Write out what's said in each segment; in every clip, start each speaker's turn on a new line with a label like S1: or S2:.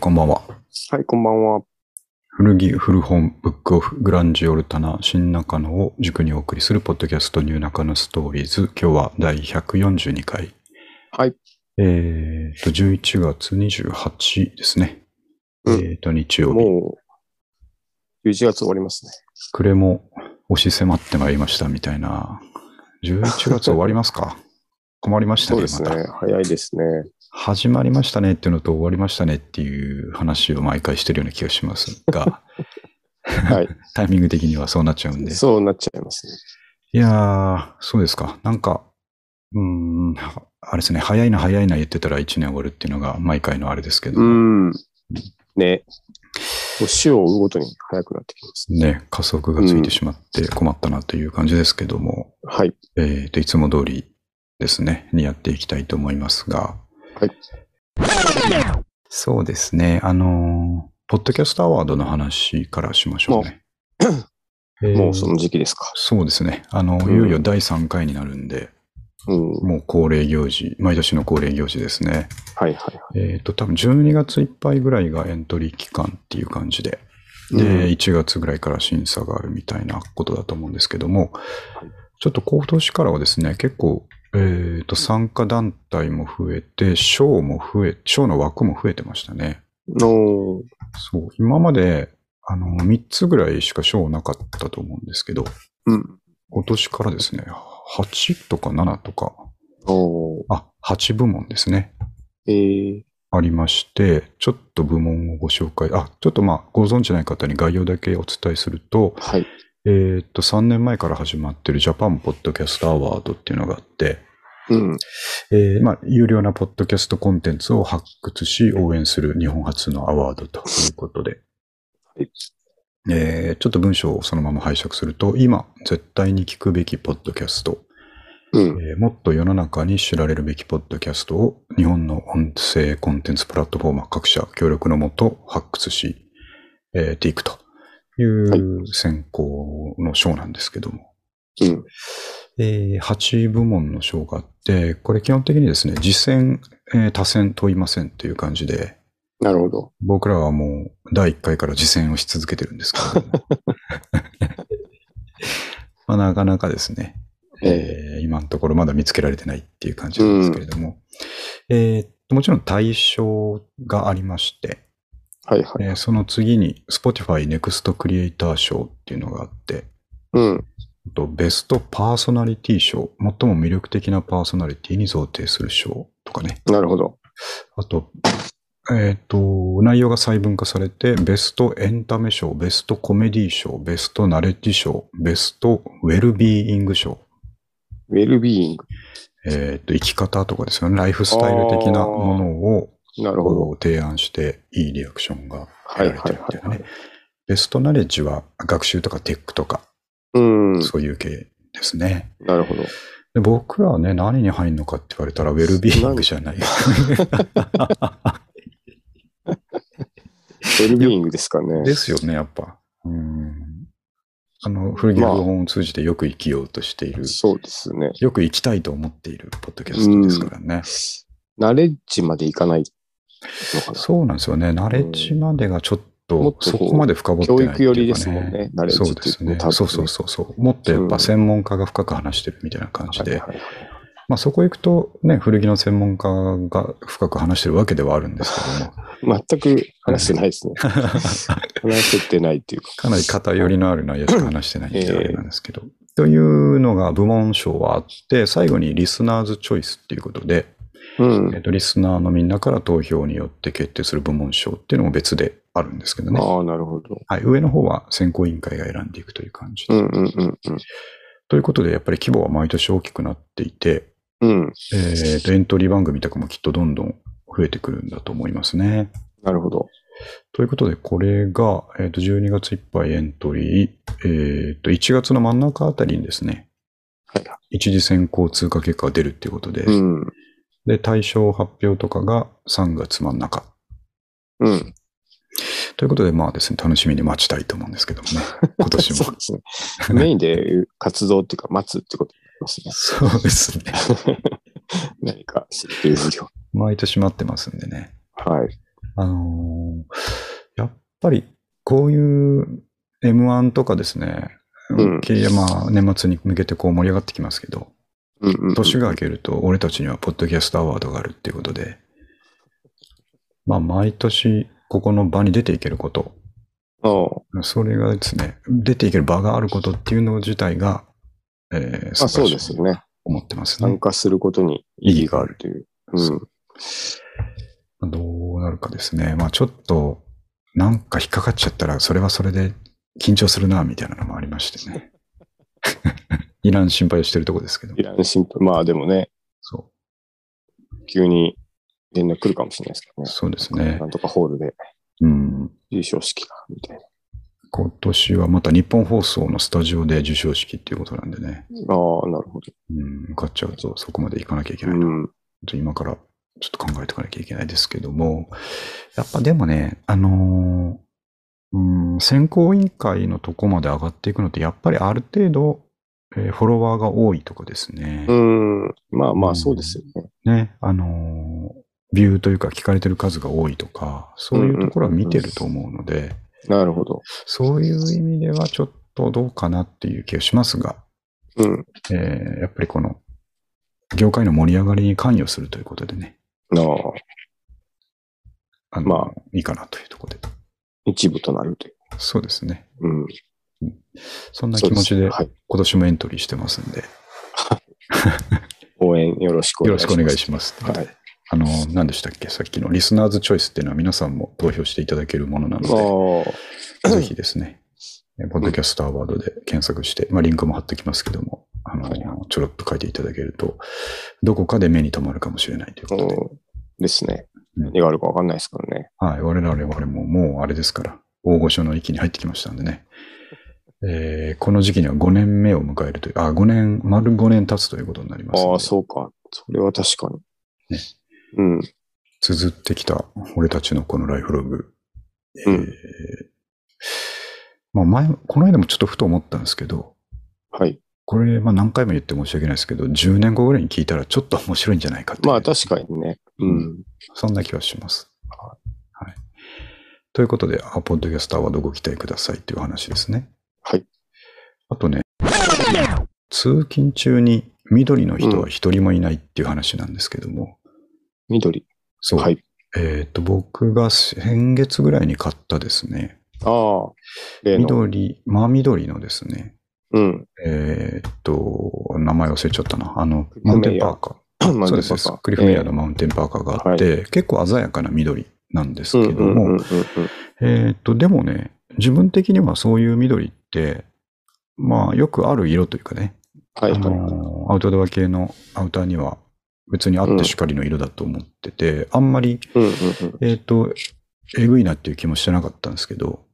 S1: こんばんは。
S2: はい、こんばんは。
S1: 古着、古本、ブックオフ、グランジオルタナ、新中野を軸にお送りするポッドキャストニュー中野ストーリーズ。今日は第142回。
S2: はい。
S1: えーと、11月28ですね。
S2: う
S1: え
S2: ん
S1: ーと、日曜日。
S2: もう、11月終わりますね。
S1: 暮れも押し迫ってまいりましたみたいな。11月終わりますか困りました
S2: そう
S1: ね、
S2: です
S1: また
S2: ね。早いですね。
S1: 始まりましたねっていうのと終わりましたねっていう話を毎回してるような気がしますが、
S2: はい。
S1: タイミング的にはそうなっちゃうんで。
S2: そうなっちゃいますね。
S1: いやー、そうですか。なんか、うーん、はあれですね、早いな早いな言ってたら1年終わるっていうのが毎回のあれですけど、
S2: うん。ね。年を追うごとに早くなってきます。
S1: ね、加速がついてしまって困ったなという感じですけども、
S2: はい。
S1: えーと、いつも通りですね、にやっていきたいと思いますが、
S2: はい。
S1: そうですね、あのーポッドキャストアワードの話からしましょうね。
S2: もうそ
S1: えー
S2: の時期ですか。
S1: そうですね。あの、
S2: うん
S1: いよいよ第3回になるんで、
S2: うん。
S1: もう恒例行事、毎年の恒例行事ですね。
S2: はいはい。
S1: えっ、と、多分12月いっぱいぐらいがエントリー期間っていう感じで、で、
S2: うん
S1: 1月ぐらいから審査があるみたいなことだと思うんですけども、ちょっと今年からはですね、結構、えっ、と、参加団体も増えて、賞も増え、賞の枠も増えてましたね。
S2: の、
S1: そう、今まで、あの、3つぐらいしか賞なかったと思うんですけど、
S2: うん。
S1: 今年からですね、8とか7とか、
S2: お
S1: あ、8部門ですね。
S2: えー、
S1: ありまして、ちょっと部門をご紹介、あ、ちょっとまあ、ご存知ない方に概要だけお伝えすると、
S2: はい。
S1: えーっと、3年前から始まってるジャパンポッドキャストアワードっていうのがあって、
S2: うん。
S1: えーまあ、有料なポッドキャストコンテンツを発掘し、応援する日本初のアワードということで、
S2: はい
S1: えーちょっと文章をそのまま拝借すると、今、絶対に聞くべきポッドキャスト、
S2: うん。
S1: えーもっと世の中に知られるべきポッドキャストを日本の音声コンテンツプラットフォーマー各社協力のもと発掘し、えーていくという選考の賞なんですけども、
S2: うん。
S1: え8部門の賞があって、これ基本的にですね、実践、えー多選問いませんという感じで、
S2: なるほど。
S1: 僕らはもう第1回から実践をし続けてるんですけど もまあ、なかなかですね、
S2: え
S1: えー今のところまだ見つけられてないっていう感じなんですけれども、えーっともちろん対象がありまして、
S2: ー、はいはい。
S1: えーその次に Spotify Next Creator 賞っていうのがあって、
S2: うん。
S1: あとベストパーソナリティ賞、最も魅力的なパーソナリティに贈呈する賞とかね、
S2: なるほど。
S1: あと、えーっと、内容が細分化されて、ベストエンタメ賞、ベストコメディ賞、ベストナレッジ賞、ベストウェルビーイング賞、
S2: ウェルビーイング。
S1: えっと生き方とかですよね、ライフスタイル的なものを
S2: なるほど。
S1: こう提案して、いいリアクションが
S2: は
S1: 得
S2: い
S1: られ
S2: は
S1: て
S2: い
S1: るっていう
S2: はい
S1: ね。。ベストナレッジは学習とかテックとか、
S2: うん。
S1: そういう系ですね。
S2: なるほど。
S1: で僕らはね、何に入るのかって言われたら、ウェルビーイングじゃない。
S2: ウェルビーイングですかね。
S1: ですよね、やっぱ。うんあの、古着古本を通じてよく生きようとしている、
S2: そうですね。
S1: よく生きたいと思っているポッドキャストですからね。
S2: ナレッジまでいかないのかな。
S1: そうなんですよね。ナレッジまでがちょっ
S2: もっ
S1: と、
S2: とこう
S1: そこまで深掘って
S2: 教
S1: ない
S2: 育寄り
S1: っていう
S2: で
S1: か
S2: すもんね。ナレッ
S1: そ
S2: ジ
S1: う
S2: っ
S1: で
S2: ていう
S1: す
S2: とね
S1: ね。そうそうそうそう。もっとやっぱ専門家が深く話してるみたいな感じで、
S2: はいはいはい
S1: まあそこ行くとね、古着の専門家が深く話してるわけではあるんですけども、
S2: 全く話してないで すね。話してないっていうか。
S1: かなり偏りのある内容しか話してないっていうあれなんですけど。というのが部門賞はあって、最後にリスナーズチョイスっていうことで、
S2: うん。
S1: え
S2: あ
S1: っと、リスナーのみんなから投票によって決定する部門賞っていうのも別であるんですけどね。
S2: あ、なるほど。
S1: はい、上の方は選考委員会が選んでいくという感じで
S2: うんうんうん
S1: ということで、やっぱり規模は毎年大きくなっていて、
S2: うん。うん。
S1: えーとエントリー番組とかもきっとどんどん増えてくるんだと思いますね。
S2: なるほど。
S1: ということで、これが、えーと12月いっぱいエントリー、えーと1月の真ん中あたりにですね、
S2: はい。
S1: 一次選考通過結果が出るっていうことで、
S2: うん。
S1: で、対象発表とかが3月真ん中。
S2: うん。
S1: ということで、まあですね、楽しみに待ちたいと思うんですけども ね、今年
S2: そ
S1: も
S2: う。ですね。メインで活動っていうか、待つってことになります ね。
S1: そうですね。
S2: 何か知っている不良。
S1: 毎年待ってますんでね。
S2: はい。
S1: あのーやっぱりこういう M1 とかですね、
S2: うん
S1: けまあ、年末に向けてこう盛り上がってきますけど、
S2: うんうんうん
S1: 年が明けると俺たちにはポッドキャストアワードがあるっていうことで、まあ毎年ここの場に出ていけること、
S2: ああ
S1: それがですね、出ていける場があることっていうの自体が、えー、
S2: まあそ
S1: 素
S2: う
S1: 晴
S2: で
S1: らし
S2: す
S1: い
S2: よね。
S1: 思ってますね
S2: 参。加することに意義があるという。うん。
S1: どうなるかですね。まあちょっと、なんか引っかかっちゃったら、それはそれで緊張するな、みたいなのもありまして ね。 いらん心配をしてるとこですけど
S2: い。らん心配。まあでもね、
S1: そ
S2: 急に連絡来るかもしれないですけ
S1: う。
S2: どね。
S1: そうですね
S2: な。んとかホールで
S1: うん。
S2: 優勝式が、みたいな。
S1: 今年はまた日本放送のスタジオで授賞式っていうことなんでね。
S2: ああ、なるほど。
S1: うん。向かっちゃうとそこまで行かなきゃいけ
S2: う
S1: ないな。
S2: ん。
S1: ちょっと今からちょっと考えておかなきゃいけないですけども、やっぱでもね、あのーうん、選考委員会のとこまで上がっていくのって、やっぱりある程度、えーフォロワーが多いとかですね、
S2: うん。まあまあ、そうですよね。
S1: ね、あのービューというか聞かれてる数が多いとか、そういうところは見てると思うので、
S2: なるほど。
S1: そういう意味ではちょっとどうかなっていう気がしますが、
S2: うん。
S1: えーやっぱりこの、業界の盛り上がりに関与するということでね、
S2: ああ、
S1: あの
S2: ま
S1: いいかなというところで。
S2: 一部となるという。
S1: そうですね。
S2: うん。
S1: そんな
S2: そう
S1: 気
S2: で
S1: 持
S2: す
S1: ちで
S2: はい。
S1: 今年もエントリーしてますんで、よ
S2: 応援よろしくお
S1: ろ
S2: 願いし
S1: しく
S2: ます。
S1: お願いします。
S2: はい。
S1: あの、何でしたっけさっきのリスナーズチョイスっていうのは皆さんも投票していただけるものなの
S2: あ
S1: で、 ぜひですね、えポッドキャストアワードで検索して、まあリンクも貼ってきますけども、あの、ちょろっと書いていただけると、どこかで目に留まるかもしれないという
S2: あ、
S1: ことで、
S2: うん。ですね。
S1: うん
S2: 何があるかわかんないですからね。
S1: はい、我々我々ももうあれですから、大御所の域に入ってきましたんでね、えーこの時期には5年目を迎えるという、あ、5年、丸5年経つということになりますんで。
S2: ああ、そうか。それは確かに。
S1: ね
S2: うん。
S1: 綴ってきた俺たちのこのライフログ。えー
S2: うん
S1: まあ前、この間もちょっとふと思ったんですけど、
S2: はい。
S1: これ、まあ何回も言って申し訳ないですけど、10年後ぐらいに聞いたらちょっと面白いんじゃないかっていう
S2: まあ確かにね。うん。
S1: そんな気はします。はい。ということで、アポッドキャスターはどご期待くださいっていう話ですね。
S2: はい。
S1: あとね、通勤中に緑の人は一人もいないっていう話なんですけども、
S2: 緑。
S1: そう。
S2: はい。
S1: えっ、と、僕が先月ぐらいに買ったですね、
S2: ああ。例の。
S1: 緑、真緑のですね、
S2: うん。
S1: えーっと、名前忘れちゃったな。あの、マウンテンパーカー。そうですそうです。クリフメイヤーのマウンテンパーカーがあって、結構鮮やかな緑なんですけども、
S2: うんうんうんうんうん
S1: えーっと、でもね、自分的にはそういう緑って、まあ、よくある色というかね、
S2: はい
S1: あ
S2: は
S1: のアウトドア系のアウターには別にあってしかりの色だと思ってて、あんまり、
S2: い。うんうんうん。
S1: えーっと、えぐいなっていう気もしてなかったんですけど、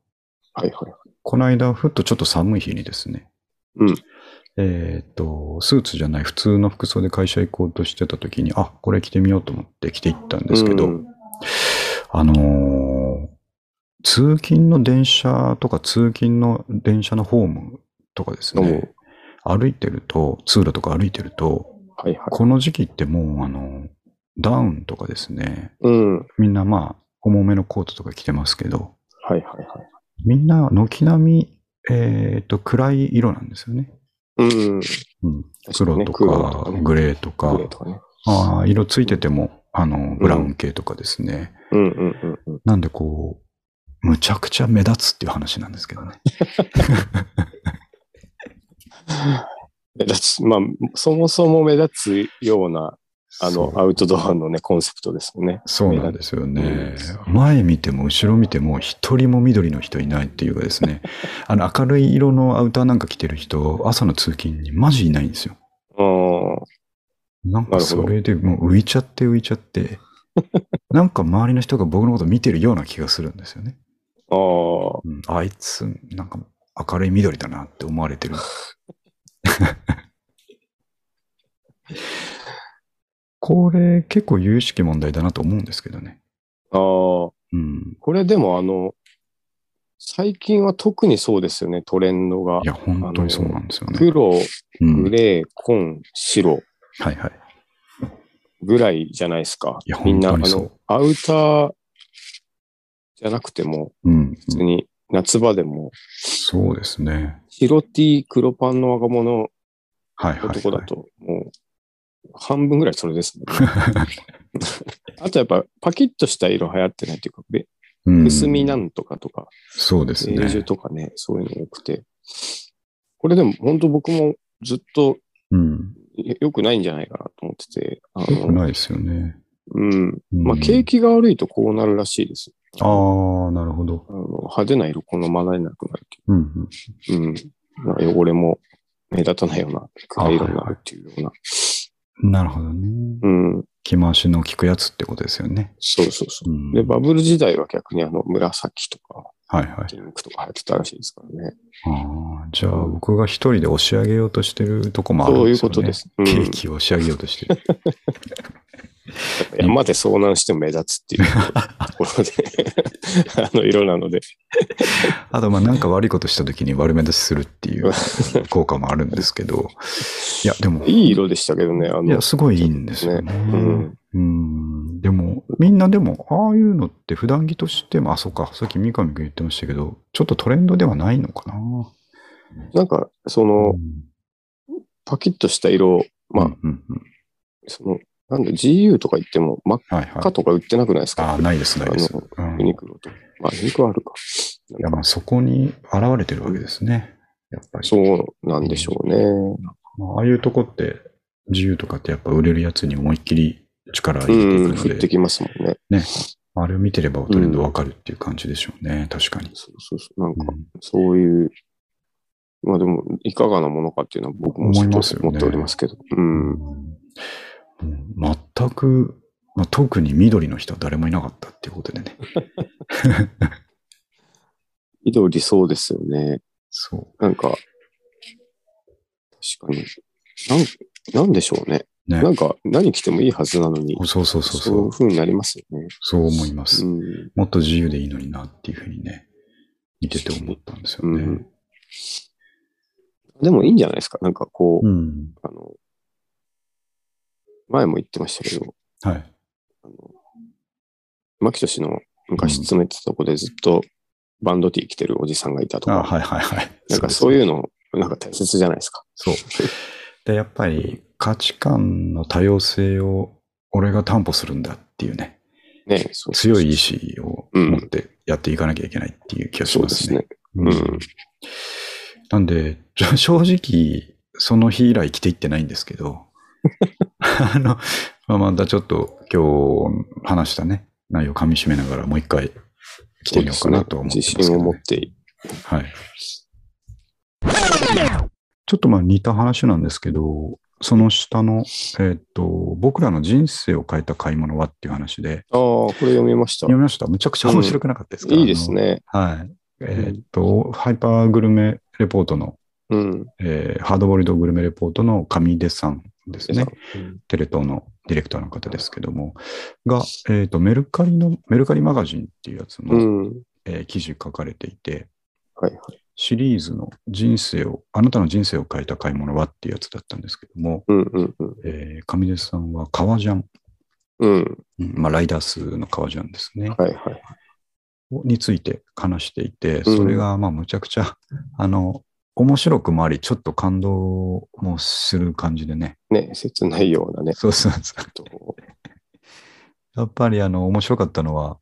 S2: はいはい。
S1: この間、ふっとちょっと寒い日にですね、
S2: うん
S1: えっ、と、スーツじゃない普通の服装で会社行こうとしてた時に、あ、これ着てみようと思って着ていったんですけど、
S2: うん
S1: あのー通勤の電車とか通勤の電車のホームとかですね、歩いてると、通路とか歩いてると、
S2: はいはい。
S1: この時期ってもう、あの、ダウンとかですね、
S2: うん。はい
S1: みんなまあ、重めのコートとか着てますけど、
S2: はいはい。
S1: みんな軒並み、えっと暗い色なんですよね。
S2: うん。
S1: うん、
S2: 確かに
S1: 黒
S2: ね
S1: と
S2: 黒と
S1: か
S2: かね
S1: グレーとか、
S2: グレーとかね。
S1: あー色ついててもあのブラウン系とかですね。
S2: うんうんうんうん。
S1: なんでこう、むちゃくちゃ目立つっていう話なんですけどね。
S2: 目立つ、まあ、そもそも目立つような、あの、
S1: そう
S2: アウトドアのね、コンセプトですもんね。
S1: そうなんですよね。前見ても後ろ見ても一人も緑の人いないっていうかです ね、あの明るい色のアウターなんか着てる人、朝の通勤にマジいないんですよ。
S2: うん。は
S1: なん
S2: な
S1: か
S2: るほ
S1: そ
S2: ど
S1: れでもう浮いちゃって浮いちゃって、なんか周りの人が僕のこと見てるような気がするんですよね。
S2: あ
S1: うんあいつ、なんか明るい緑だなって思われ てる。これ結構有識問題だなと思うんですけどね。
S2: あ。ああ。
S1: うん。
S2: これでもあの、最近は特にそうですよね、トレンドが
S1: い。や、本当にそうなんですよね。
S2: 黒、
S1: うん
S2: グレー、紺、白
S1: はいはい。
S2: ぐらいじゃないですか
S1: いや。
S2: みんな、あ
S1: 本当にそ
S2: の、アウターじゃなくても、
S1: うん。
S2: 普通に夏場でも、
S1: そうですね。
S2: 白 T 黒パンの若者
S1: はいはい、はい。
S2: 男だと、もう、半分ぐらいそれですもんね。 あとやっぱ、パキッとした色流行ってないっていうか、べ
S1: うん
S2: くすみなんとかとか、
S1: そうです
S2: ベージュ
S1: ね。
S2: とかね、そういうの多くて。これでも本当僕もずっと
S1: うん。
S2: 良くないんじゃないかなと思ってて、あ
S1: よく
S2: の、
S1: ないですよね。
S2: うん。まあ、
S1: うん
S2: 景気が悪いとこうなるらしいです。
S1: ああ、なるほど。
S2: あの派手な色好まれなくなる
S1: うんうん。
S2: っていう。うん。なんか汚れも目立たないような暗い色になるっていうような。
S1: なるほどね。
S2: うん。
S1: 着回しの効くやつってことですよね。
S2: そうそうそうう。
S1: ん、
S2: で、バブル時代は逆にあの、紫とか、
S1: はいはい。
S2: ピンクとか流行ってたらしいですからね。
S1: ああ、じゃあ僕が一人で押し上げようとしてるとこもある
S2: そ
S1: ん
S2: うい
S1: で
S2: う
S1: すよ
S2: こ
S1: ね。
S2: とで。す。うん。
S1: ケーキを押し上げようとしてる。
S2: 山で遭難しても目立つっていうところで、 あの色なので。
S1: あと、まあなんか悪いことした時に悪目立ちするっていう効果もあるんですけど。いや、でも、
S2: いい色でしたけどね、あ
S1: いや、
S2: の、
S1: すごいいいんですよね。
S2: うん。
S1: うんでも、みんなでも、ああいうのって普段着としても、あ、そうか、さっき三上君言ってましたけど、ちょっとトレンドではないのかな。
S2: なんか、そうの、
S1: ん
S2: パキッとした色を、まあ
S1: うんうんうん
S2: その、なんだ、GU とか言っても、真っ
S1: はいは
S2: 赤
S1: い。
S2: とか売ってなくないですか、
S1: ああ、ないです、ないです。
S2: あ
S1: うん
S2: ユ
S1: い
S2: ニクロとか。まあ、ユニクロあるか。
S1: や、まあそこに現れてるわけですね。やっぱり。
S2: そうなんでしょうね。
S1: まあ、ああいうとこって、自由とかってやっぱ売れるやつに思いっきり力入れて
S2: う
S1: いく
S2: ん、降
S1: の
S2: って
S1: で、
S2: きますもんね。
S1: あれを見てればトレンドわかるっていう感じでしょうね、確かに。
S2: そうそうそう。なん
S1: う
S2: か、
S1: ん
S2: そういう、まあでも、いかがなものかっていうのは僕もちょっ
S1: 思い
S2: と
S1: ますよね
S2: 思っておりますけど。うん。
S1: もう全く、まあ、特に緑の人は誰もいなかったっていうことでね。
S2: 緑そうですよね。
S1: そ
S2: なんか、確かに。なん、なんでしょうね。
S1: う。ね
S2: な。んか、何着てもいいはずなのに、
S1: そうそうそう
S2: そう
S1: そ
S2: いう
S1: う。
S2: 風になりますよね。
S1: そう思います。
S2: うん。
S1: もっと自由でいいのになっていうふうにね、見てて思ったんですよね。
S2: うんでもいいんじゃないですか。なんかこう、
S1: うん。
S2: あの、前も言ってましたけど、
S1: はい。
S2: あの、牧俊の昔勤めてたとこでずっとバンドティー着てるおじさんがいたと
S1: あ
S2: か、
S1: はいはいはい。。
S2: なんかそういううの、なんか大切じゃないですか。
S1: そう。で、やっぱり価値観の多様性を俺が担保するんだっていうね、
S2: ね、そう
S1: 強い意志を持ってやっていかなきゃいけないっていう気がし
S2: そう
S1: ま
S2: ですす
S1: ね。
S2: ね。うん
S1: なんで、 ちょ正直、その日以来着ていってないんですけど、 あの、まあ、またちょっと今日話したね、内容をかみしめながらもう一回着てみようかなと思ってます
S2: そうです
S1: けど、
S2: ね自信を持っ
S1: ね。
S2: て、
S1: はい。ちょっとまあ似た話なんですけど、その下の、えっ、と、僕らの人生を変えた買い物はっていう話で、
S2: ああ、これ読みました。
S1: 読みましたむちゃくちゃ面白くなかったですか、
S2: いいですね。
S1: あの。はい。えっ、と、ハイパーグルメレポートの
S2: うん。
S1: えーハードボイルドグルメレポートの上出さんですね。
S2: うん
S1: テレ東のディレクターの方ですけども、が、えっ、と、メルカリの、メルカリマガジンっていうやつの、
S2: うん。
S1: えー記事書かれていて、
S2: はいはい。
S1: シリーズの人生を、あなたの人生を変えた買い物はっていうやつだったんですけども、
S2: うんうんうん。
S1: えー上出さんは革ジャン、
S2: うん。
S1: うんまあ、ライダースの革ジャンですね、
S2: はいはい。
S1: について話していて、
S2: うん
S1: それが、まあ、むちゃくちゃ、あの、面白くもあり、ちょっと感動もする感じでね、
S2: ね、切ないようなね。
S1: そうそうそう。
S2: と
S1: やっぱりあの面白かったのは、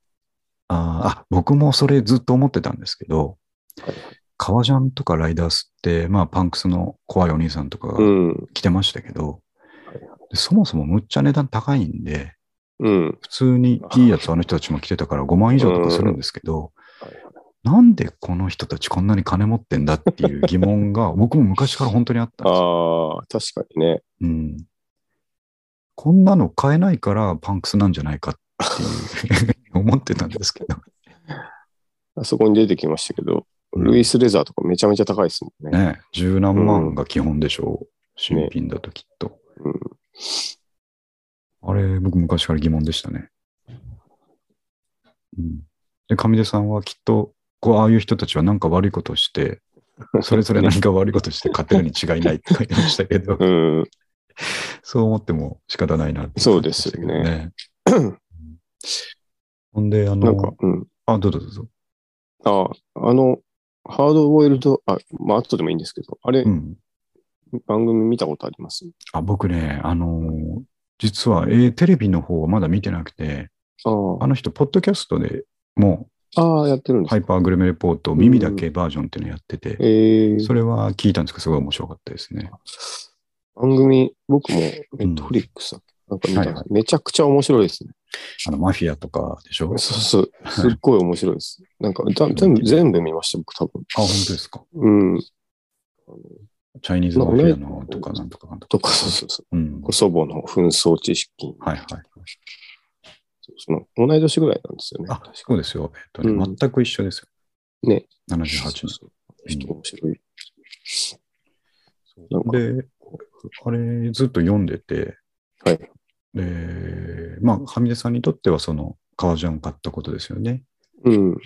S1: あーあ、僕もそれずっと思ってたんですけど、
S2: はい
S1: 革ジャンとかライダースって、まあパンクスの怖いお兄さんとか
S2: う
S1: が
S2: ん。
S1: 着てましたけど、
S2: はいは
S1: でそもそもむっちゃ値段高いんで、
S2: うん。
S1: 普通にいいやつあの人たちも着てたから5万以上とかするんですけど、
S2: はいはい
S1: なんでこの人たちこんなに金持ってんだっていう疑問が僕も昔から本当にあったんですよ
S2: ああ、確かにね。
S1: うんこんなの買えないからパンクスなんじゃないかっていう思ってたんですけど。
S2: あそこに出てきましたけど、ルイスレザーとかめちゃめちゃ高いですもんね。
S1: ね、十何万が基本でしょう。新品だときっと。
S2: うん、
S1: あれ、僕昔から疑問でしたね。うん、で、上出さんはきっと、こう、ああいう人たちは何か悪いことを して、それぞれ何か悪いことをして勝てるに違いないって書いてましたけ ど、
S2: うん。
S1: そう思っても仕方ないなって
S2: そうですよね
S1: 感じでしたけどね。ほんで、あ
S2: なんか
S1: の、、
S2: うん。
S1: あ、どうぞどうぞ。
S2: ああ、あの、ハードボイルド、あ、まあ、後でもいいんですけど、あれ、
S1: うん。
S2: 番組見たことあります
S1: あ、僕ね、あのー実は、えーテレビの方はまだ見てなくて、
S2: あ
S1: あの人、ポッドキャストでも、
S2: あ、ああやってるんです
S1: ハ
S2: か、
S1: イパーグルメレポート、耳だけバージョンっていうのやってて、
S2: えー
S1: それは聞いたんですけど、すごい面白かったですね。
S2: 番組、僕も、ネットフリックスだっけなんか見たんです、
S1: はいは
S2: めちゃくちゃ面白いですね。
S1: あの、マフィアとかでしょ
S2: そうそう。すっごい面白いです。なんか、だ全部、全部見ました、僕多分。
S1: あ、本当ですか。
S2: うん。
S1: チャイニーズマフィアのとか、なんとかなんとか。
S2: とか、そうそうそう。
S1: うん。
S2: こう祖母の紛争知識。
S1: はいはい。
S2: その、同い年ぐらいなんですよね。
S1: あ、そうですよ。えっとね、
S2: うん
S1: 全く一緒ですよ。
S2: ね。
S1: 78
S2: そう
S1: 年。
S2: そう人面白い。なんか
S1: で、あれずっと読んでて、
S2: はい
S1: で、まあ、はみ出さんにとってはその革ジャンを買ったことですよね。
S2: うん。は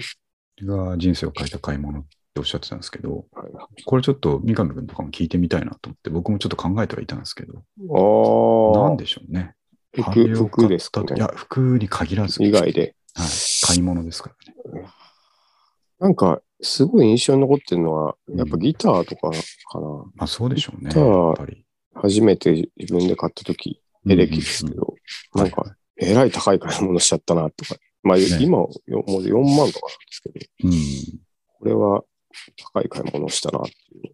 S1: が人生を変えた買い物っておっしゃってたんですけど、
S2: いはい
S1: これちょっと三上君とかも聞いてみたいなと思って、僕もちょっと考えてはいたんですけど、
S2: ああ。
S1: なんでしょうね。あ
S2: 服
S1: れを買
S2: 服
S1: った
S2: ですか
S1: とい
S2: ね
S1: や、服に限らず、
S2: 以外で。
S1: はい、買い物ですからね。
S2: なんか、すごい印象に残ってるのは、やっぱ
S1: うん
S2: ギターとかかな。
S1: まあ、そうでしょうね。
S2: じゃあ
S1: やっぱり。
S2: 初めて自分で買った時、エレキですけ
S1: うん
S2: ど、
S1: うん
S2: なんか、えらい高い買い物しちゃったな、とか。まあ、今、よもう4万とかなんです
S1: う
S2: けど、
S1: ん。
S2: これは高い買い物をしたな、ってい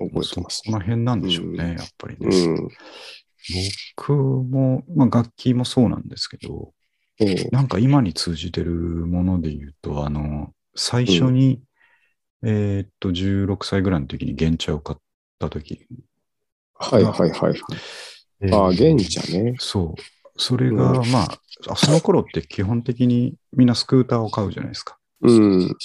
S2: う
S1: ま
S2: のを
S1: あ
S2: 覚えて
S1: そ
S2: ます
S1: こ。の辺なんでしょうね、やっぱり
S2: う
S1: ね。
S2: ん。
S1: 僕も、まあ、楽器もそうなんですけど、
S2: ええ
S1: なんか今に通じてるもので言うと、あの、最初に、えーっと、16歳ぐらいの時に原茶を買った時。
S2: はいはいはい。
S1: えー
S2: ああ、現茶ね。
S1: そう。それが、まあ、あその頃って基本的にみんなスクーターを買うじゃないですか。
S2: うん。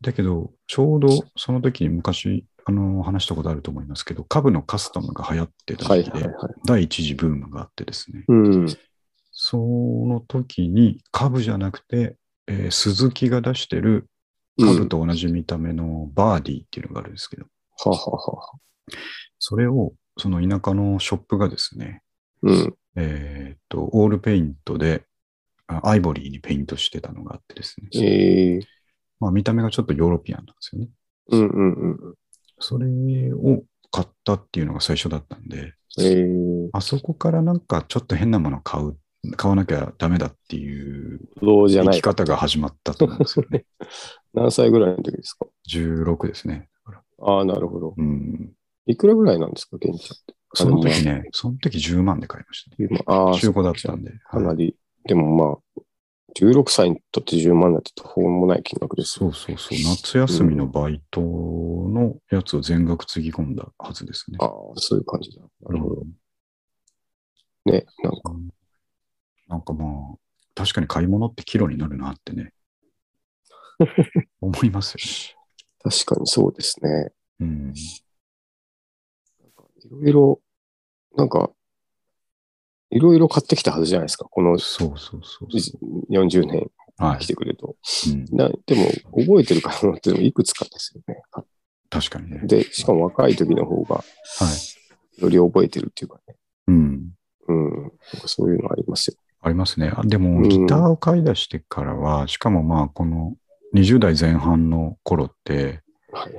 S1: だけど、ちょうどその時に昔、あの、話したことあると思いますけど、株のカスタムが流行ってた
S2: はい
S1: 時期
S2: はい
S1: で、
S2: はい。
S1: 第一次ブームがあってですね。
S2: うん。
S1: その時に、株じゃなくて、えー鈴木が出してる株と同じ見た目のバーディーっていうのがあるんですけど、
S2: ははは。
S1: それを、その田舎のショップがですね、
S2: うん。
S1: えーっと、オールペイントで、あアイボリーにペイントしてたのがあってですね、
S2: ええ
S1: まあ見た目がちょっとヨーロピアンなんですよね。
S2: うんうんうん。
S1: それを買ったっていうのが最初だったんで、
S2: ええ
S1: あそこからなんかちょっと変なものを買う、買わなきゃダメだっていう
S2: どうじゃ
S1: 生
S2: な
S1: き
S2: いか。
S1: 方が始まったと思うんですよね。
S2: 何歳ぐらいの時ですか
S1: 16ですね。だから
S2: ああ、なるほど。
S1: うん。
S2: いくらぐらいなんですか、現茶って。
S1: その時ね、その時10万で買いましたね。
S2: 今ああ、
S1: 中古だったんで。
S2: かな
S1: はい
S2: り。でもまあ、16歳にとって10万だって途方もない金額ですよ。
S1: そうそうそう。夏休みのバイトのやつを全額つぎ込んだはずですね。
S2: ああ、そういう感じだ。なるほど。
S1: うん
S2: ね、なんか、
S1: なんかまあ、確かに買い物ってキロになるなってね。思いますよ
S2: 確かにそうですね。
S1: ね。うん。
S2: いろいろ、なんか、いろいろ買ってきたはずじゃないですか、この
S1: そうそうそうそ
S2: 40年
S1: う。は
S2: 来てくれと。
S1: い。うん、
S2: なでも、覚えてる買い物っていくつかですよね。
S1: 確かにね。
S2: で、しかも若い時の方が、
S1: はい。
S2: より覚えてるっていうかね。
S1: うん。
S2: うん。なんかそういうのありますよ。
S1: ありますね。あで
S2: う
S1: も、
S2: ん
S1: ギターを買い出してからは、しかもまあ、この20代前半の頃って、
S2: はい。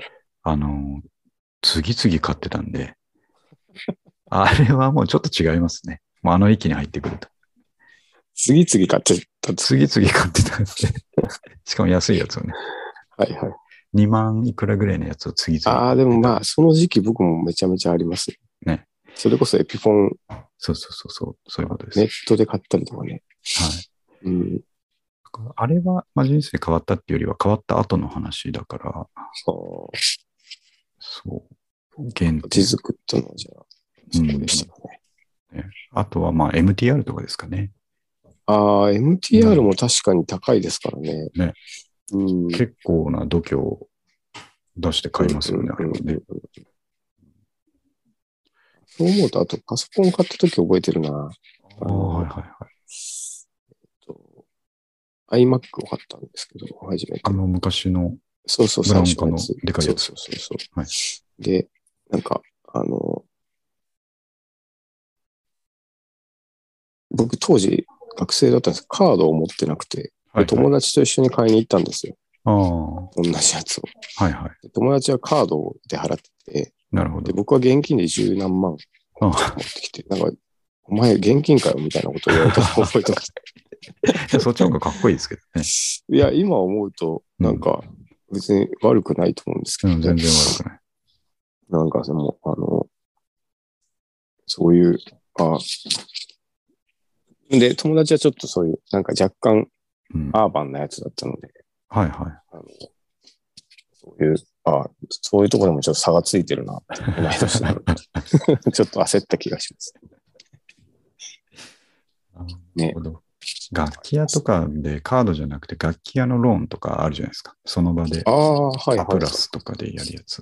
S1: あの、次々買ってたんで、あれはもうちょっと違いますね。もうあの域に入ってくると。
S2: 次々買ってたつ。
S1: 次々買ってた んで、しかも安いやつをね、
S2: はいはい。
S1: 2万いくらぐらいのやつを次々買ってた。
S2: ああ、でもまあ、その時期僕もめちゃめちゃあります。
S1: ね。
S2: それこそエピフォン、
S1: そうそうそうそう、そういうことです。
S2: ネットで買ったりとかね。
S1: はい。
S2: うん。
S1: あれは、まあ、人生変わったっていうよりは変わった後の話だから、
S2: そう。
S1: そう。現
S2: 地図作ったのはじゃあ、そこでしたかね。
S1: あとは、まあ、MTR とかですかね。
S2: ああ、MTR も確かに高いですからね。
S1: ね。
S2: うん。
S1: 結構な度胸を出して買いますよね、あれは
S2: うんうん
S1: ね
S2: うん。そう思うと、あとパソコン買った時覚えてるな。
S1: ああ、はいはいはい。
S2: と iMac を買ったんですけど、初めて
S1: あ。の、昔の、
S2: そうそう、
S1: ブラウ
S2: 最
S1: ン
S2: 初
S1: 管の
S2: つ
S1: でかいやつ
S2: そうそうそうそう、
S1: はい
S2: で、なんか、あの、僕当時学生だったんですけどカードを持ってなくて、
S1: はいはい
S2: 友達と一緒に買いに行ったんですよ。
S1: ああ、
S2: 同じやつを。
S1: はいはい。
S2: で友達はカードで払ってて、
S1: なるほ
S2: で、
S1: ど。
S2: 僕は現金で十何万
S1: あ
S2: 持 ってきて、なんか、お前現金かよみたいなことを言われたのを覚えてます
S1: そっちの方がかっこいいですけどね。
S2: いや、今思うと、なんか、別に悪くないと思うんですけ
S1: う
S2: ど、
S1: ん、全然悪くない。
S2: なんかでも、あの、そういう、あで、友達はちょっとそういう、なんか若干
S1: うん。
S2: アーバンなやつだったので、
S1: はいは
S2: あのそういう、あそういうところでもちょっと差がついてるな、同い年なの にちょっと焦った気がします。
S1: い。
S2: ね
S1: なるほど。楽器屋とかでカードじゃなくて楽器屋のローンとかあるじゃないですか。その場で
S2: あ、あ、はいは
S1: アプ
S2: い
S1: ラ。スとかでやるやつ。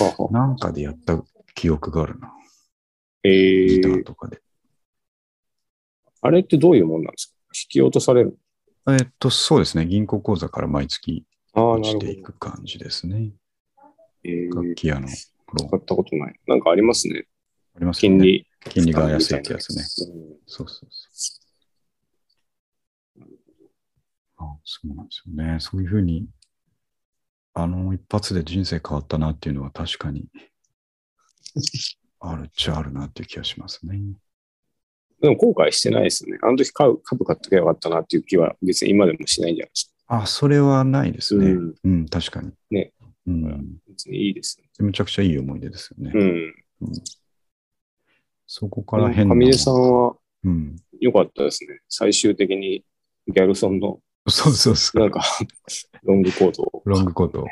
S2: はあはあ
S1: なんかでやった記憶があるな。
S2: え
S1: ギタ
S2: ー
S1: ー、とかで。
S2: あれってどういうもんなんですか引き落とされる
S1: えっと、そうですね。銀行口座から毎月
S2: ああ、
S1: 落
S2: な
S1: ち
S2: るほど
S1: て。いく感じですね。
S2: えー、
S1: 楽器屋のロー
S2: 使
S1: ン。
S2: ったことない。なんかありますね。
S1: ありますよ
S2: 金
S1: ね。
S2: 利。
S1: 金利が安いってやつね。
S2: うん。
S1: そうそうそう。あそうなんですよね。そういうふうに、あの一発で人生変わったなっていうのは確か に、あるっちゃあるなっていう気がしますね。
S2: でも後悔してないですよね。あの時買う株買っとけばよかったなっていう気は別に今でもしないんじゃないですか。
S1: あ、それはないですね。
S2: うん
S1: うん、確かに。
S2: ね
S1: うん。
S2: 別にいいですね。
S1: めちゃくちゃいい思い出ですよね。
S2: うん。
S1: そこから変な。
S2: 上出さんは
S1: うん。
S2: 良かったですね。最終的にギャルソンの
S1: そうそうそう。
S2: なんかロングコートを。
S1: ロングコート。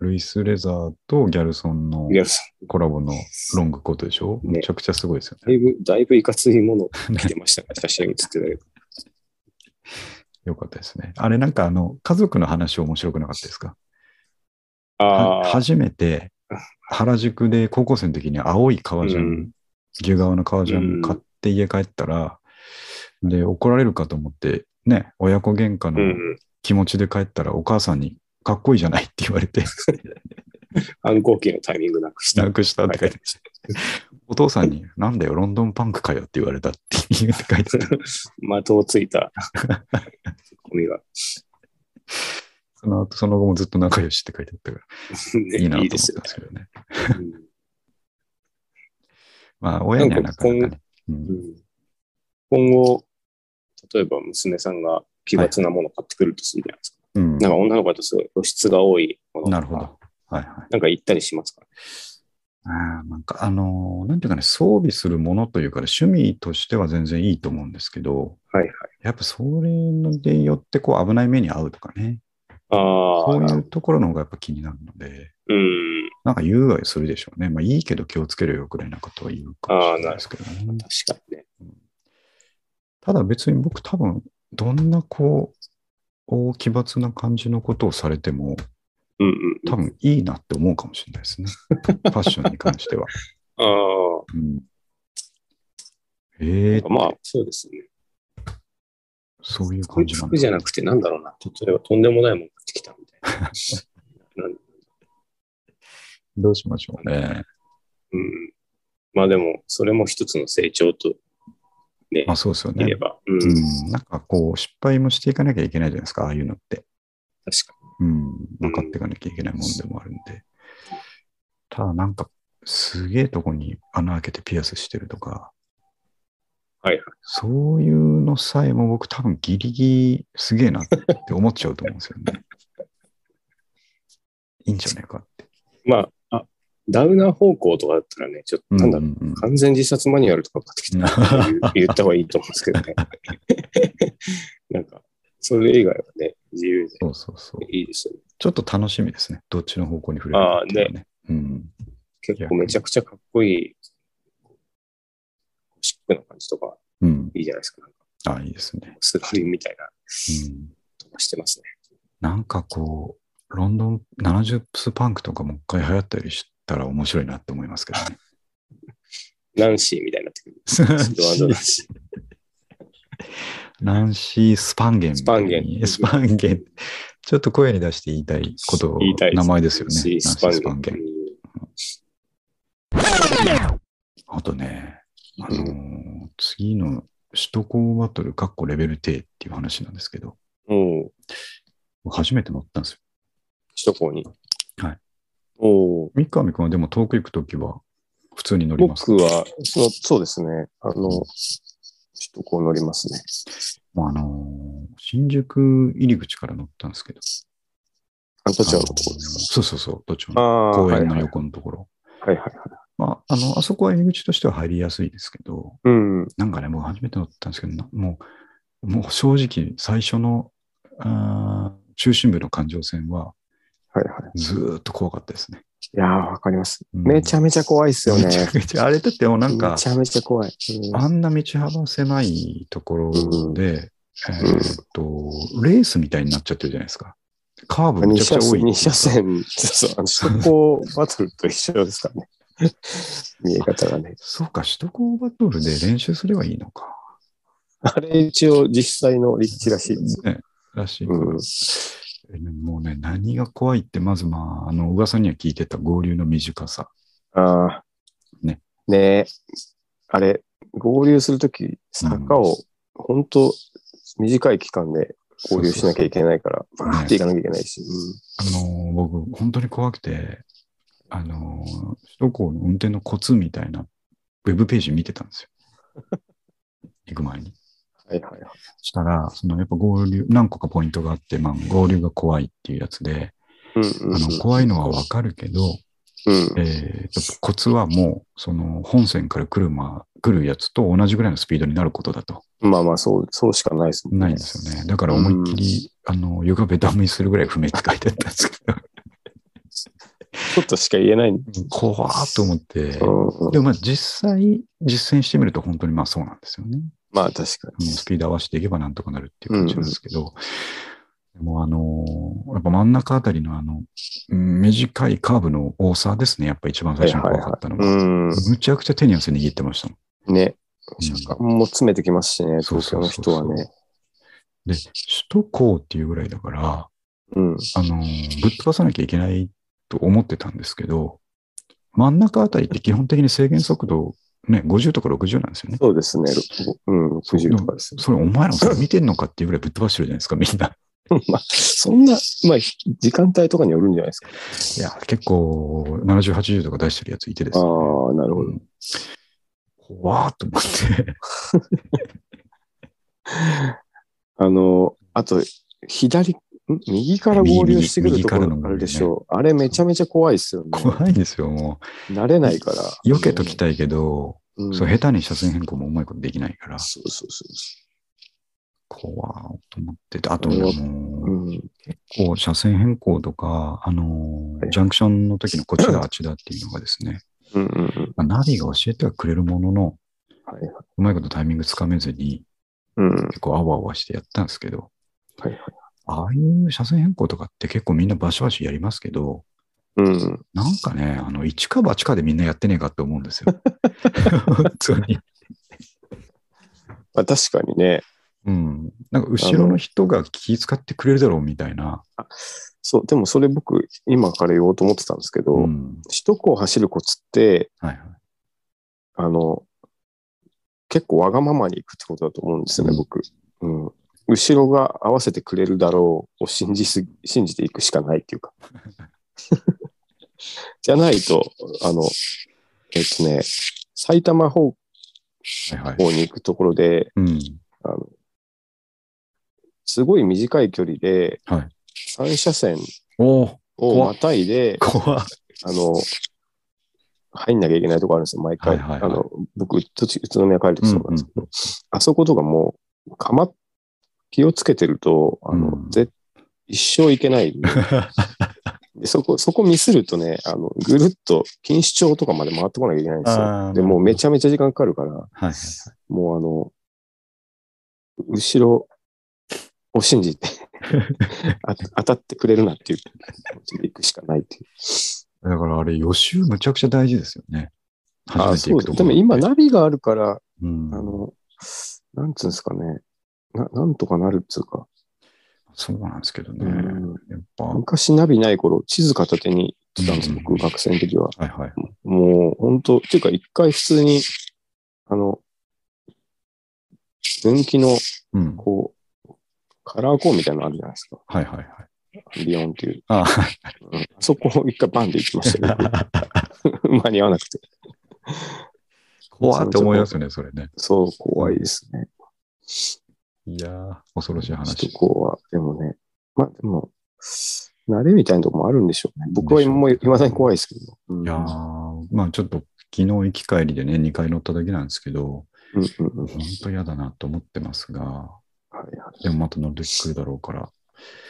S1: ルイス・レザーとギャルソンの
S2: ギャルソ
S1: コラボのロングコートでしょ、
S2: ね
S1: めちゃくちゃすごいですよ
S2: ン、だいぶ、だいぶいかついものを着てま したね。写真写ってたけど。
S1: よかったですね。あれなんかあの、家族の話面白くなかったですかは
S2: ああ、
S1: 初めて原宿で高校生の時に青い革ジャン、
S2: うん
S1: 牛革の革ジャ
S2: うん
S1: ン買って家帰ったら、で、怒られるかと思って、ね、親子喧嘩
S2: う
S1: の
S2: ん。
S1: 気持ちで帰ったらお母さんに、かっこいいじゃないって言われ て、
S2: 反抗期のタイミングなくした。
S1: なくしたって書いてあるお父さんに、なんだよ、ロンドンパンクかよって言われたって言って書いてた。
S2: 的をつい たツッコミが、
S1: その後、その後もずっと仲良しって書いてあったか
S2: ね
S1: ら、いいなと思っ
S2: で
S1: た
S2: すよ
S1: んですけどね。
S2: ね。
S1: まあ、親にはなかなか
S2: なん
S1: ね。うん
S2: うんうん今後、例えば娘さんが奇抜なものを買ってくるとするじゃないですか。
S1: うん
S2: なんか女の子だとすごい露出が多いものとか
S1: なるほど。はいはい。
S2: なんか行ったりしますか
S1: あーなんか、あのーなんていうかね、装備するものというかね、趣味としては全然いいと思うんですけど、
S2: はいはい。
S1: やっぱそれによってこう危ない目に遭うとかね、
S2: ああ、
S1: そう
S2: ないる
S1: うところの方がやっぱ気になるので、
S2: うん。
S1: なんか誘拐するでしょうね。まあいいけど気をつけるよくらいなことは言うかもしれないですけどね。
S2: 確かにね。
S1: ただ別に僕多分、どんなこう、大奇抜な感じのことをされても、
S2: うんうん。
S1: 多分いいなって思うかもしれない ですね。ファッションに関しては。
S2: ああ、
S1: うん、ええ
S2: なんかまあ、そうですね。
S1: そういう感じなん
S2: 服
S1: だ。
S2: じゃなくて、なんだろうな。例えばとんでもないもの買ってきたみたい な。なん
S1: どうしましょうね。
S2: うん。まあでも、それも一つの成長と
S1: まあそうですよ
S2: いえ
S1: ね。
S2: ば。うん。
S1: う
S2: 確
S1: ん、なんかこう、失敗もしていかなきゃいけないじゃないですか、ああいうのって。
S2: か
S1: うん、分かっていかなきゃいけないもんでもあるんで。ただなんか、すげえとこに穴開けてピアスしてるとか、
S2: はいはい
S1: そういうのさえも僕多分ギリギリすげえなって思っちゃうと思うんですよ ね。いいんじゃないかって。
S2: に。まあ、あ、ダウナー方向とかだったらね、ちょっと、なんだろう。
S1: ううん
S2: 完全自殺マニュアルとか買ってきたら言う言った方がいいと思うんですけど ね。なんか、それ以外はね、自由 で
S1: そうそうそう。
S2: いいですよね。
S1: ちょっと楽しみですね。どっちの方向に触れるかっていうのはね。うん。
S2: 結構めちゃくちゃかっこいい、シックな感じとか
S1: うん。
S2: いいじゃないですか。なんか、
S1: あ、いいですね。
S2: スラリンみたい
S1: う
S2: な
S1: ん。
S2: とかしてますね。
S1: なんかこう、ロンドン70スパンクとかもう一回流行ったりしたら面白いなって思いますけどね。
S2: ナンシーみたいになってくる。ドアドナンシー
S1: ナンシー・スパンゲン。
S2: スパンゲン
S1: スパンゲン。ちょっと声に出して言いたいことを
S2: 言いたい、
S1: 名前ですよね。
S2: ナンシースパ
S1: ナンシー
S2: ンゲン。
S1: あとね、あ
S2: う
S1: のー次の首都高バトル、カッコレベル低っていう話なんですけど、
S2: おお、
S1: 初めて乗ったんですよ。
S2: 首都高に。
S1: はい。
S2: おお。
S1: 三上君はでも遠く行くときは普通に乗ります。
S2: 僕はその、そうですね。あの、首都高乗りますね。
S1: まああのー新宿入り口から乗ったんですけど。
S2: あ、どちらの
S1: あ
S2: ところですか
S1: そうそうそう、どっち
S2: あ
S1: も。
S2: あ、
S1: 公
S2: はい
S1: 園
S2: は
S1: の
S2: い
S1: 横のところ。
S2: はいはい。
S1: まあ、あの、あそこは入り口としては入りやすいですけど、
S2: うん。
S1: なんかね、もう初めて乗ったんですけど、なもう、もう正直、最初の、あー中心部の環状線は
S2: はいはい。
S1: ずーっと怖かったですね。
S2: いやー、わかります。
S1: うん
S2: めちゃめちゃ怖いっすよね。
S1: めちゃめちゃ、あれだってもうなんか
S2: め、ちゃめちゃ怖い。うん
S1: あんな道幅狭いところで、え
S2: ん
S1: ーっと、レースみたいになっちゃってるじゃないですか。カーブめ
S2: 二
S1: ちゃく
S2: 車
S1: ちゃ多い。
S2: 線、二車線、そうそう、あの、首都高バトルと一緒です からね。見え方がね。
S1: そうか、首都高バトルで練習すればいいのか。
S2: あれ一応実際の立地らしいです。
S1: ね、らしいから、
S2: うん
S1: もうね、何が怖いって、まずまあ、あの、噂には聞いてた合流の短さ。
S2: ああ。
S1: ね。
S2: ねえ。あれ、合流するとき、坂を、本当短い期間で合流しなきゃいけないから、
S1: そ
S2: バ
S1: うそう
S2: ーって行かなきゃいけないし。
S1: あの、僕、本当に怖くて、あの、首都高の運転のコツみたいな、ウェブページ見てたんですよ。行く前に。
S2: はいはいはい。
S1: したら、そのやっぱ合流、何個かポイントがあって、まあ、合流が怖いっていうやつで、
S2: うん
S1: あの怖いのはわかるけど、
S2: うん。
S1: えーやっぱコツはもう、その本線から来る、ま、来るやつと同じぐらいのスピードになることだと。
S2: まあまあ、そう、そうしかないですもん
S1: ないんですよね。だから思いっきり、あの、床ベタ踏みするぐらい不明って書いてあったんですけど、
S2: ちょっとしか言えない。 うん
S1: 怖ーと思って。
S2: うん
S1: でもまあ実際、実践してみると本当にまあそうなんですよね。
S2: まあ、確か
S1: もう
S2: に。
S1: スピード合わせていけばなんとかなるっていう感じなんですけど、でもあのーやっぱ真ん中あたりのあの、うん短いカーブの多さですね、やっぱ一番最初に怖かったのは。
S2: うん。
S1: むちゃくちゃ手に汗握ってましたもん。
S2: ね。
S1: うん
S2: 車間も詰めてきますしね、
S1: そう
S2: 東
S1: そ
S2: 京
S1: うそう
S2: の人
S1: そう
S2: はね。
S1: で、首都高っていうぐらいだから、
S2: うん。
S1: あのーぶっ飛ばさなきゃいけないと思ってたんですけど、真ん中あたりって基本的に制限速度、ね、50とか60なんですよね。
S2: そうですね。ろうん、60とかですね。
S1: それお前らもそれ見てんのかっていうぐらいぶっ飛ばしてるじゃないですか、みんな。
S2: まあ、そんな、まあ、時間帯とかによるんじゃないですか。
S1: いや、結構、70、80とか出してるやついてです
S2: あ
S1: ね。
S2: あ、なるほど。
S1: 怖ーっと思って。
S2: あの、あと、左、ん右から合流してくるところあるでしょう。あれめちゃめちゃ怖いですよね。
S1: 怖いんですよ、も
S2: 慣れないから。
S1: う。避けときたいけど、
S2: うん
S1: そう、下手に車線変更もうまいことできないから、
S2: そうそうそう
S1: 怖ーっと思ってて。あと、も、
S2: そうう。うん。
S1: こう、車線変更とか、あのー
S2: はい
S1: ジャンクションの時のこっちだ、あっちだっていうのがですね、
S2: うんうんうん。
S1: まあ、ナビが教えてはくれるものの、
S2: はいはい。
S1: うまいことタイミングつかめずに、
S2: うん。はい
S1: 結構あわあわしてやったんですけど、
S2: はい。
S1: ああいう車線変更とかって結構みんなバシバシやりますけど、
S2: うん。
S1: なんかね、あの、一か八かでみんなやってねえかって思うんですよ。 本当に。
S2: まあ確かにね。
S1: うん。なんか、後ろの人が気遣ってくれるだろうみたいな。
S2: そう、でもそれ僕、今から言おうと思ってたんですけど、
S1: うん。
S2: 首都高を走るコツって、
S1: はいはい。
S2: あの、結構わがままに行くってことだと思うんですよね、
S1: うん
S2: 僕。うん。後ろが合わせてくれるだろうを信じすぎ、信じていくしかないってい うか。じゃないと、あの、えっとね、埼玉方
S1: はいはい。
S2: 向に行くところで、
S1: うん。
S2: すごい短い距離で、
S1: はい
S2: 3車線
S1: おー
S2: をまたいで、
S1: 怖っ
S2: あの、入んなきゃいけないとこあるんですよ、毎回。
S1: はいはいはい
S2: あの、僕、途中宇都宮帰るとそうなんですけど、あそことかもう、かま、気をつけてると、あの、
S1: うん
S2: ぜ一生行けないんででそこ、そこミスるとね、あの、ぐるっと錦糸町とかまで回ってこなきゃいけないんです
S1: あー
S2: よ。でもうめちゃめちゃ時間かかるから、
S1: はいはい。
S2: もうあの、後ろを 信じてあ、当たってくれるなっていう気持ちで行くしかないっていう。
S1: だから、あれ、予習むちゃくちゃ大事ですよね。
S2: あ
S1: 初めて行く
S2: そ
S1: と
S2: う
S1: こ
S2: でも今
S1: な、
S2: ナビがあるから、
S1: うん
S2: あ、の、なんつうんですかね。な、なんとかなるっつうか。
S1: そうなんですけどね。
S2: うん
S1: やっぱ、は
S2: 昔ナビない頃、地図片手に行ってたんです、
S1: うん
S2: 僕、学生の時は。
S1: いはい。
S2: もう、本当っていうか、一回普通に、あの、分岐の、
S1: うん。
S2: こう、カラーコーンみたいなのあるじゃないですか。
S1: はいはいはい。
S2: ビヨンっていう。
S1: ああ、
S2: うんあそこを一回バンで行きましたけ ど、間に合わなくて。
S1: 怖って思いますよね、それね。
S2: そう、怖いですね。
S1: いやー、恐ろしい
S2: 首
S1: 話
S2: 都。高は、でもね、まあでも、慣れみたいなとこもあるんでしょうね。僕は今も
S1: でしょうね
S2: 未だに怖いですけど。うん
S1: いやー、まあちょっと昨日行き帰りでね、2回乗っただけなんですけど、
S2: うんうんうん。はい
S1: 本当嫌だなと思ってますが、
S2: はい。
S1: でもまた乗る時来るだろうから。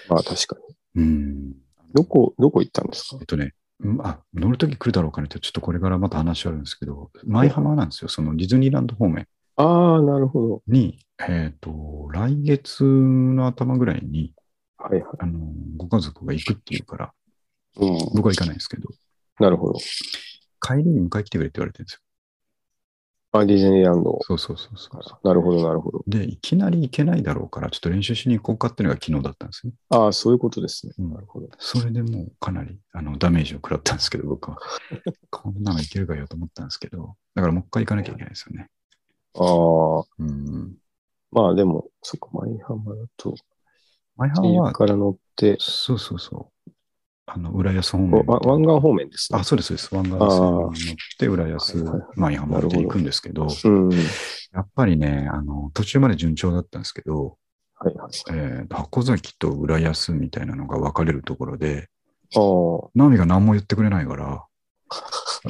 S2: まあ確かに。
S1: うん。
S2: どこ、どこ行ったんですか
S1: えっとね、うんあ、乗る時来るだろうからって、ちょっとこれからまた話あるんですけど、舞浜なんですよ。そのディズニーランド方面
S2: ああ、なるほど。
S1: に、えっ、と、来月の頭ぐらいに、
S2: はいは
S1: あの、ご家族が行くっていうから、
S2: い。うん。
S1: 僕は行かないんですけど、
S2: なるほど。
S1: 帰りに迎え来てくれって言われてるんですよ。
S2: あ、ディズニーランド。
S1: そうそうそうそうそう。
S2: なるほど、なるほど。
S1: で、いきなり行けないだろうから、ちょっと練習しに行こうかっていうのが昨日だったんですね。
S2: ああ、そういうことですね。
S1: うん
S2: なるほど。
S1: それでもうかなりあのダメージを食らったんですけど、 僕は。こんなのいけるかよと思ったんですけど、だからもう一回行かなきゃいけないですよね。
S2: ああ、
S1: うん。
S2: まあでも、そっか、舞浜だと、
S1: 前半
S2: 自由
S1: は、
S2: から乗って、
S1: そうそうそう。あの、浦安方面。
S2: おわ湾岸方面ですね
S1: あ、。そうです、そうです。湾岸線に乗って、浦安
S2: はいはいは、
S1: 前浜まで行くんですけど、
S2: うん。はい
S1: やっぱりね、あの、途中まで順調だったんですけど、
S2: はい。
S1: えー箱崎と浦安みたいなのが分かれるところで、
S2: あ
S1: ナミが何も言ってくれない から、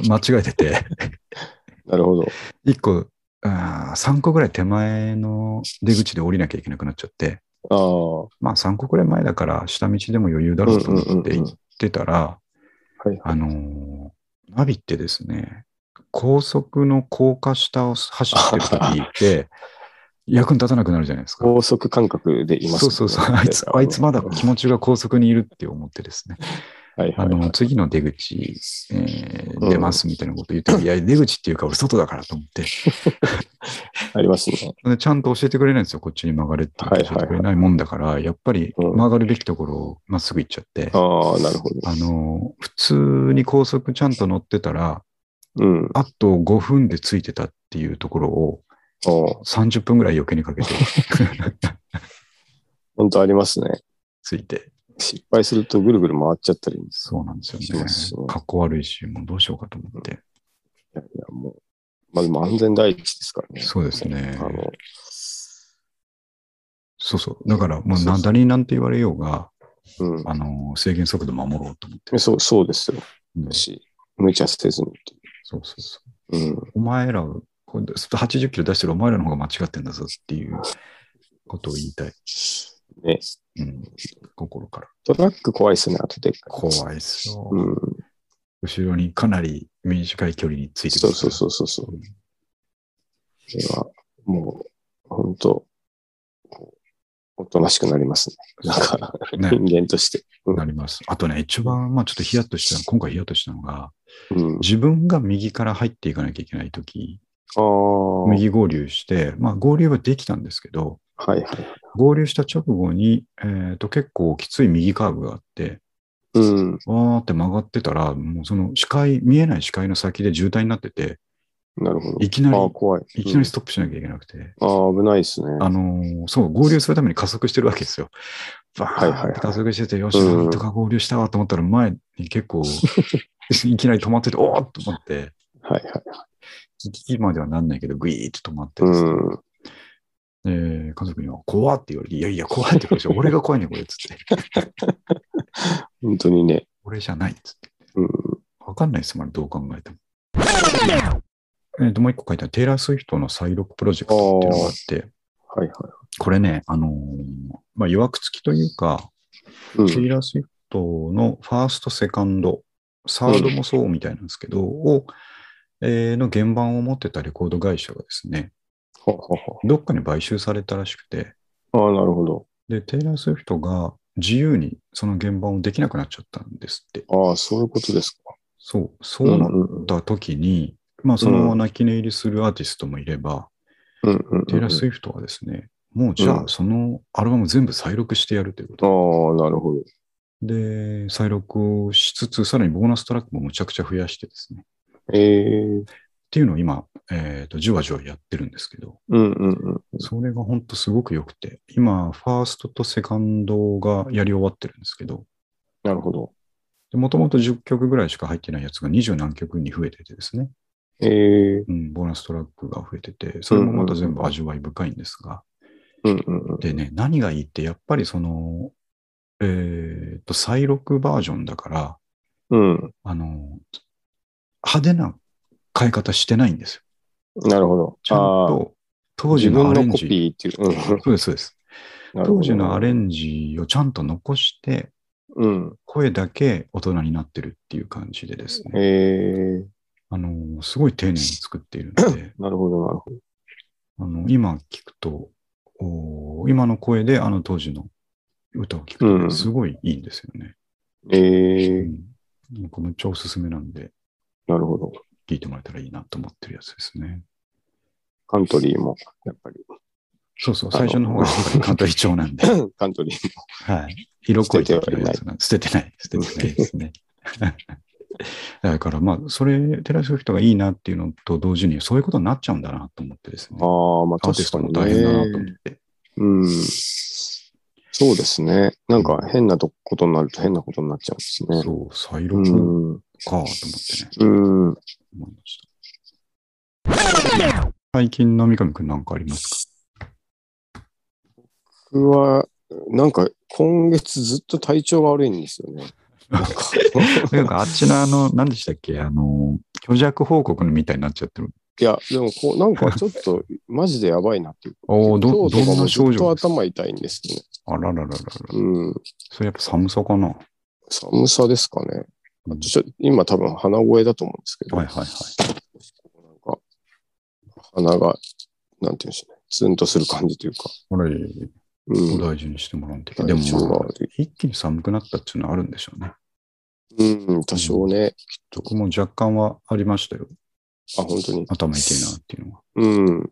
S1: 間違えてて、
S2: あ、なるほど。
S1: 1個、あ3個ぐらい手前の出口で降りなきゃいけなくなっちゃって、
S2: ああ、
S1: まあ3個ぐらい前だから下道でも余裕だろうと思って行ってたら、
S2: はいはい。
S1: あのーナビってですね、高速の高架下を走ってる 時って、役に立たなくなるじゃないですか。
S2: 高速感覚でいます、
S1: そうそうそう。あい つ、あいつまだ気持ちが高速にいるって思ってですね。
S2: はいは
S1: あ
S2: い、
S1: の、次の出口、えー出ますみたいなこと言って、いや、出口っていうか俺外だからと思って。
S2: ありますね。
S1: でちゃんと教えてくれないんですよ。こっちに曲がれって言って
S2: はい
S1: 教
S2: はい
S1: えてくれないもんだから、やっぱり
S2: うん
S1: 曲がるべきところをまっすぐ行っちゃって、
S2: ああ、なるほど。
S1: あの、普通に高速ちゃんと乗ってたら、
S2: うん。
S1: あと5分でついてたっていうところを
S2: おう
S1: 30分ぐらい余計に かけて
S2: 本当ありますね。
S1: ついて。
S2: 失敗するとぐるぐる回っちゃったり。い
S1: そうなんですよ
S2: そう
S1: ね
S2: そう。
S1: かっこ悪いし、もうどうしようかと思って。
S2: やいや、もう。まあでも安全第一ですからね。
S1: そうですね
S2: あの、
S1: そうそう。だからもう
S2: そうそう
S1: 何になんて言われようが、
S2: うん
S1: あの、制限速度守ろうと思って
S2: え。。そう、そうですよ。
S1: うんそう
S2: し、無茶せずにって
S1: そうそう。
S2: いう。うん。
S1: お前ら、これ80キロ出してるお前らの方が間違ってんだぞっていうことを言いたい。
S2: ね。
S1: うん、心から。
S2: トラック怖いですね、後でっかい。
S1: 怖いっすよ。
S2: うん。
S1: 後ろにかなり短い距離についてく
S2: そ
S1: る。
S2: うそうそうそうそう。これは、もう、本当こうおとなしくなりますね。なんか、
S1: ね
S2: 人間として。うん
S1: なります。あとね、一番、まあちょっとヒヤッとしたの、今回ヒヤッとしたのが、
S2: うん。
S1: 自分が右から入っていかなきゃいけないとき、
S2: ああ。はい
S1: 右合流して、まあ合流はできたんですけど、
S2: はい。
S1: 合流した直後に、えー、と結構きつい右カーブがあって、
S2: うん。
S1: わーって曲がってたら、もうその視界、見えない視界の先で渋滞になってて、
S2: なるほど。
S1: いきなり
S2: ああ、怖い。
S1: いきなりストップしなきゃいけなくて、
S2: うんああ、危ないですね。
S1: あのーそう、合流するために加速してるわけですよ。バ
S2: はいはい
S1: ー
S2: は
S1: ン
S2: い
S1: って加速してて、よし、
S2: うん
S1: なんとか合流したわと思ったら、前に結 構、いきなり止まってて、おーっと思って、
S2: はいはい。
S1: 行き来まではなんないけど、グイーって止まって
S2: う
S1: ですね、
S2: ん。
S1: で家族には、怖って言われて、いやいや、怖いって言われて、俺が怖いね、これ、つって。
S2: 本当にね。
S1: 俺じゃない、つって。
S2: うん。
S1: わかんないですもん、どう考えても。えっと、もう一個書いてある、テイラー・スウィフトの再録プロジェクトっていうのがあって、
S2: はいはい。
S1: これね、あのーまあ、いわくつきというか、
S2: う
S1: テイ
S2: ん。
S1: ラー・スウィフトのファースト、セカンド、サードもそうみたいなんですけど、を、えーの原版を持ってたレコード会社がですね、
S2: ほうほうほ
S1: どっかに買収されたらしくて、
S2: うああ、なるほど。
S1: で、テイラー・スウィフトが自由にその原版をできなくなっちゃったんですって。
S2: ああ、そういうことですか。
S1: そう、そうなっ
S2: うん
S1: た時に、まあ、そのまま泣き寝入りするアーティストもいれば、
S2: うんうん。
S1: テイラー・ス
S2: イ
S1: ウィフトはですね、もうじゃ
S2: う
S1: あ
S2: ん
S1: そのアルバム全部再録してやるということ
S2: ああ、なるほど。
S1: で、再録をしつつ、さらにボーナストラックもむちゃくちゃ増やしてですね。
S2: ええ
S1: っていうのを今、えっ、と、じわじわやってるんですけど、
S2: うんうんうん。
S1: それが本当すごく良くて、今、ファーストとセカンドがやり終わってるんですけど、
S2: なるほど。
S1: もともと10曲ぐらいしか入ってないやつが20何曲に増えててですね、
S2: ええ
S1: うん、ボーナストラックが増えてて、それもまた全部味わい深いんですが、
S2: うんうんうん。
S1: でね、何がいいって、やっぱりその、えーっと、再録バージョンだから、
S2: うん。
S1: あの、派手な変え方してないんですよ。
S2: なるほど。
S1: ちゃん
S2: あー
S1: と、当時
S2: 自
S1: の
S2: 分
S1: アレ
S2: の
S1: ン
S2: コ
S1: ジ。
S2: ピーっていう。うん
S1: そうです、そうです。
S2: なるほど
S1: 当時のアレンジをちゃんと残して、
S2: うん。
S1: 声だけ大人になってるっていう感じでですね。
S2: ええ
S1: あの、すごい丁寧に作っているの で、
S2: なるほど、なるほど。
S1: あの、今聞くと、お今の声であの当時の歌を聞くと
S2: う
S1: ね
S2: ん
S1: すごいいいんですよね。
S2: ええ
S1: うん、なんかめっちゃおすすめなんで、
S2: なるほど。
S1: 聞いてもらえたらいいなと思ってるやつですね。
S2: カントリーも、やっぱり。
S1: そうそう、
S2: あの
S1: 最初の方がやっぱりカントリー調なんで、
S2: カントリー
S1: はい。色濃い時のやつなんで、捨ててない、捨ててないです ね。だからまあ、それ、テラスフィフトがいいなっていうのと同時に、そういうことになっちゃうんだなと思ってですね。
S2: も。ああ、まあ
S1: アーティ
S2: 確
S1: ス
S2: か
S1: トも
S2: に、ね。
S1: 大変だなと思って。
S2: うん。そうですね。なんか変なとことになると変なことになっちゃうんですね。
S1: そう、再
S2: う
S1: 録かと思
S2: ん。
S1: ってね、
S2: うん。
S1: 思いました。最近の三上くんなんかありますか
S2: 僕は、なんか今月ずっと体調が悪いんですよ ね。なんか
S1: なんかあっちのあの、何でしたっけあの、虚弱報告みたいになっちゃってる。
S2: いや、でもこう、なんかちょっと、マジでやばいなっていう。
S1: おおど、
S2: 今日
S1: ど
S2: と
S1: ん
S2: か
S1: な
S2: もず
S1: 症
S2: っ
S1: 状
S2: と
S1: ですか
S2: 頭痛いんですよね。
S1: あららららら。
S2: うん。
S1: それやっぱ寒さかな。は
S2: 寒さですかね。あとちょ今多分鼻声だと思うんですけ
S1: い
S2: ど、
S1: はいはい。
S2: なんか、鼻が、なんていうんでしょうね。ツンとする感じというか。
S1: あれ、
S2: うん
S1: お。大事にしてもらうんといけない。
S2: 体
S1: で
S2: 調
S1: も、
S2: が
S1: まあ、
S2: 悪い。
S1: 一気に寒くなったっていうのはあるんでしょうね。
S2: うん、多少ね。
S1: 僕も若干はありましたよ。
S2: あ、本当に。
S1: 頭痛いなっていうのは。
S2: うん。なんか、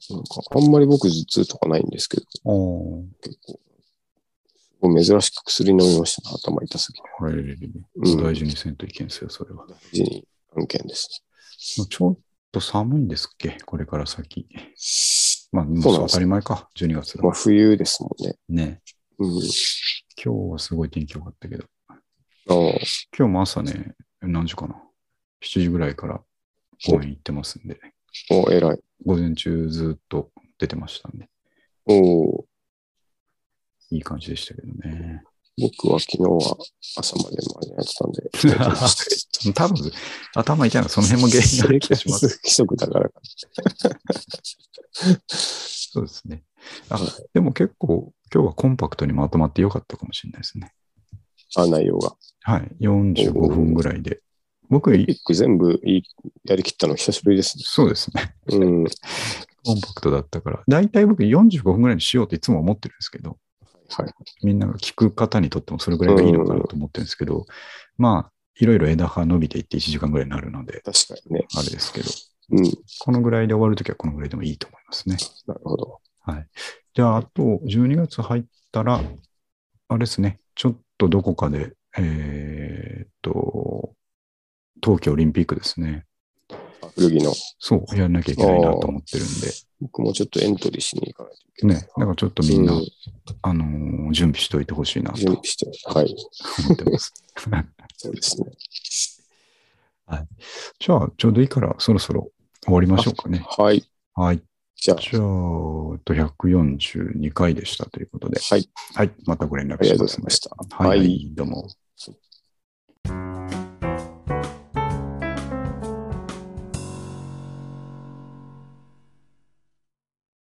S2: あんまり僕頭痛とかないんですけど、
S1: お
S2: 結構、すごい珍しく薬飲みましたね。頭痛すぎ
S1: あれ、
S2: うん
S1: 大事にせんといけんすよ、それは。
S2: て。事に案件です
S1: まあちょっと寒いんですっけこれから先。まあ、もう
S2: そうなん
S1: 当
S2: です
S1: たり前か。12月
S2: ね。
S1: だ
S2: まあ、。冬ですもんね。
S1: ね。
S2: うん。
S1: 今日はすごい天気良かったけど。
S2: あの
S1: 今日も朝ね、何時かな ?7 時ぐらいから公園行ってますんで、
S2: お、偉い。
S1: 午前中ずっと出てましたんで、
S2: お
S1: いい感じでしたけどね。。
S2: 僕は昨日は朝までマージャンやってたんで
S1: 多分、頭痛いのはその辺も原因ができてし まう。
S2: 規則だから。
S1: そうですね。あでも結構、今日はコンパクトにまとまって良かったかもしれないですね。
S2: あ、内容が。
S1: はい。45分ぐらいで。僕、
S2: ピ
S1: い
S2: ック全部いいやりきったの久しぶりですね。
S1: そうですね。
S2: うん。はい
S1: コンパクトだったから。だいたい僕45分ぐらいにしようっていつも思ってるんですけど、
S2: はい。
S1: みんなが聞く方にとってもそれぐらいがいいのかなと思ってるんですけど、まあ、いろいろ枝葉伸びていって1時間ぐらいになるので、
S2: 確かにね。
S1: あれですけど、
S2: うん。
S1: このぐらいで終わるときはこのぐらいでもいいと思いますね。
S2: なるほど。
S1: じゃあ、あと12月入ったら、あれですね、ちょっとどこかで、えーっと、東京オリンピックですね。
S2: あ古着の。
S1: そう、やらなきゃいけないなと思ってるん
S2: 僕もちょっとエントリーしに行かないといけ
S1: で、
S2: ない。
S1: ね、だからちょっとみんな、
S2: うん
S1: あのー準備しておいてほしいなと
S2: 準
S1: 思
S2: 備して、はい。
S1: ってます。
S2: そうですね。
S1: じゃあ、ちょうどいいから、そろそろ終わりましょうかね。
S2: はい。
S1: はい。
S2: じゃあ、
S1: じゃあ、えっと142回でしたということで、
S2: はい。
S1: はい。またご連絡
S2: あり
S1: し
S2: がと
S1: ま
S2: うござ
S1: す
S2: い
S1: の
S2: ま
S1: で
S2: し。た。
S1: は
S2: はい
S1: い、どうも。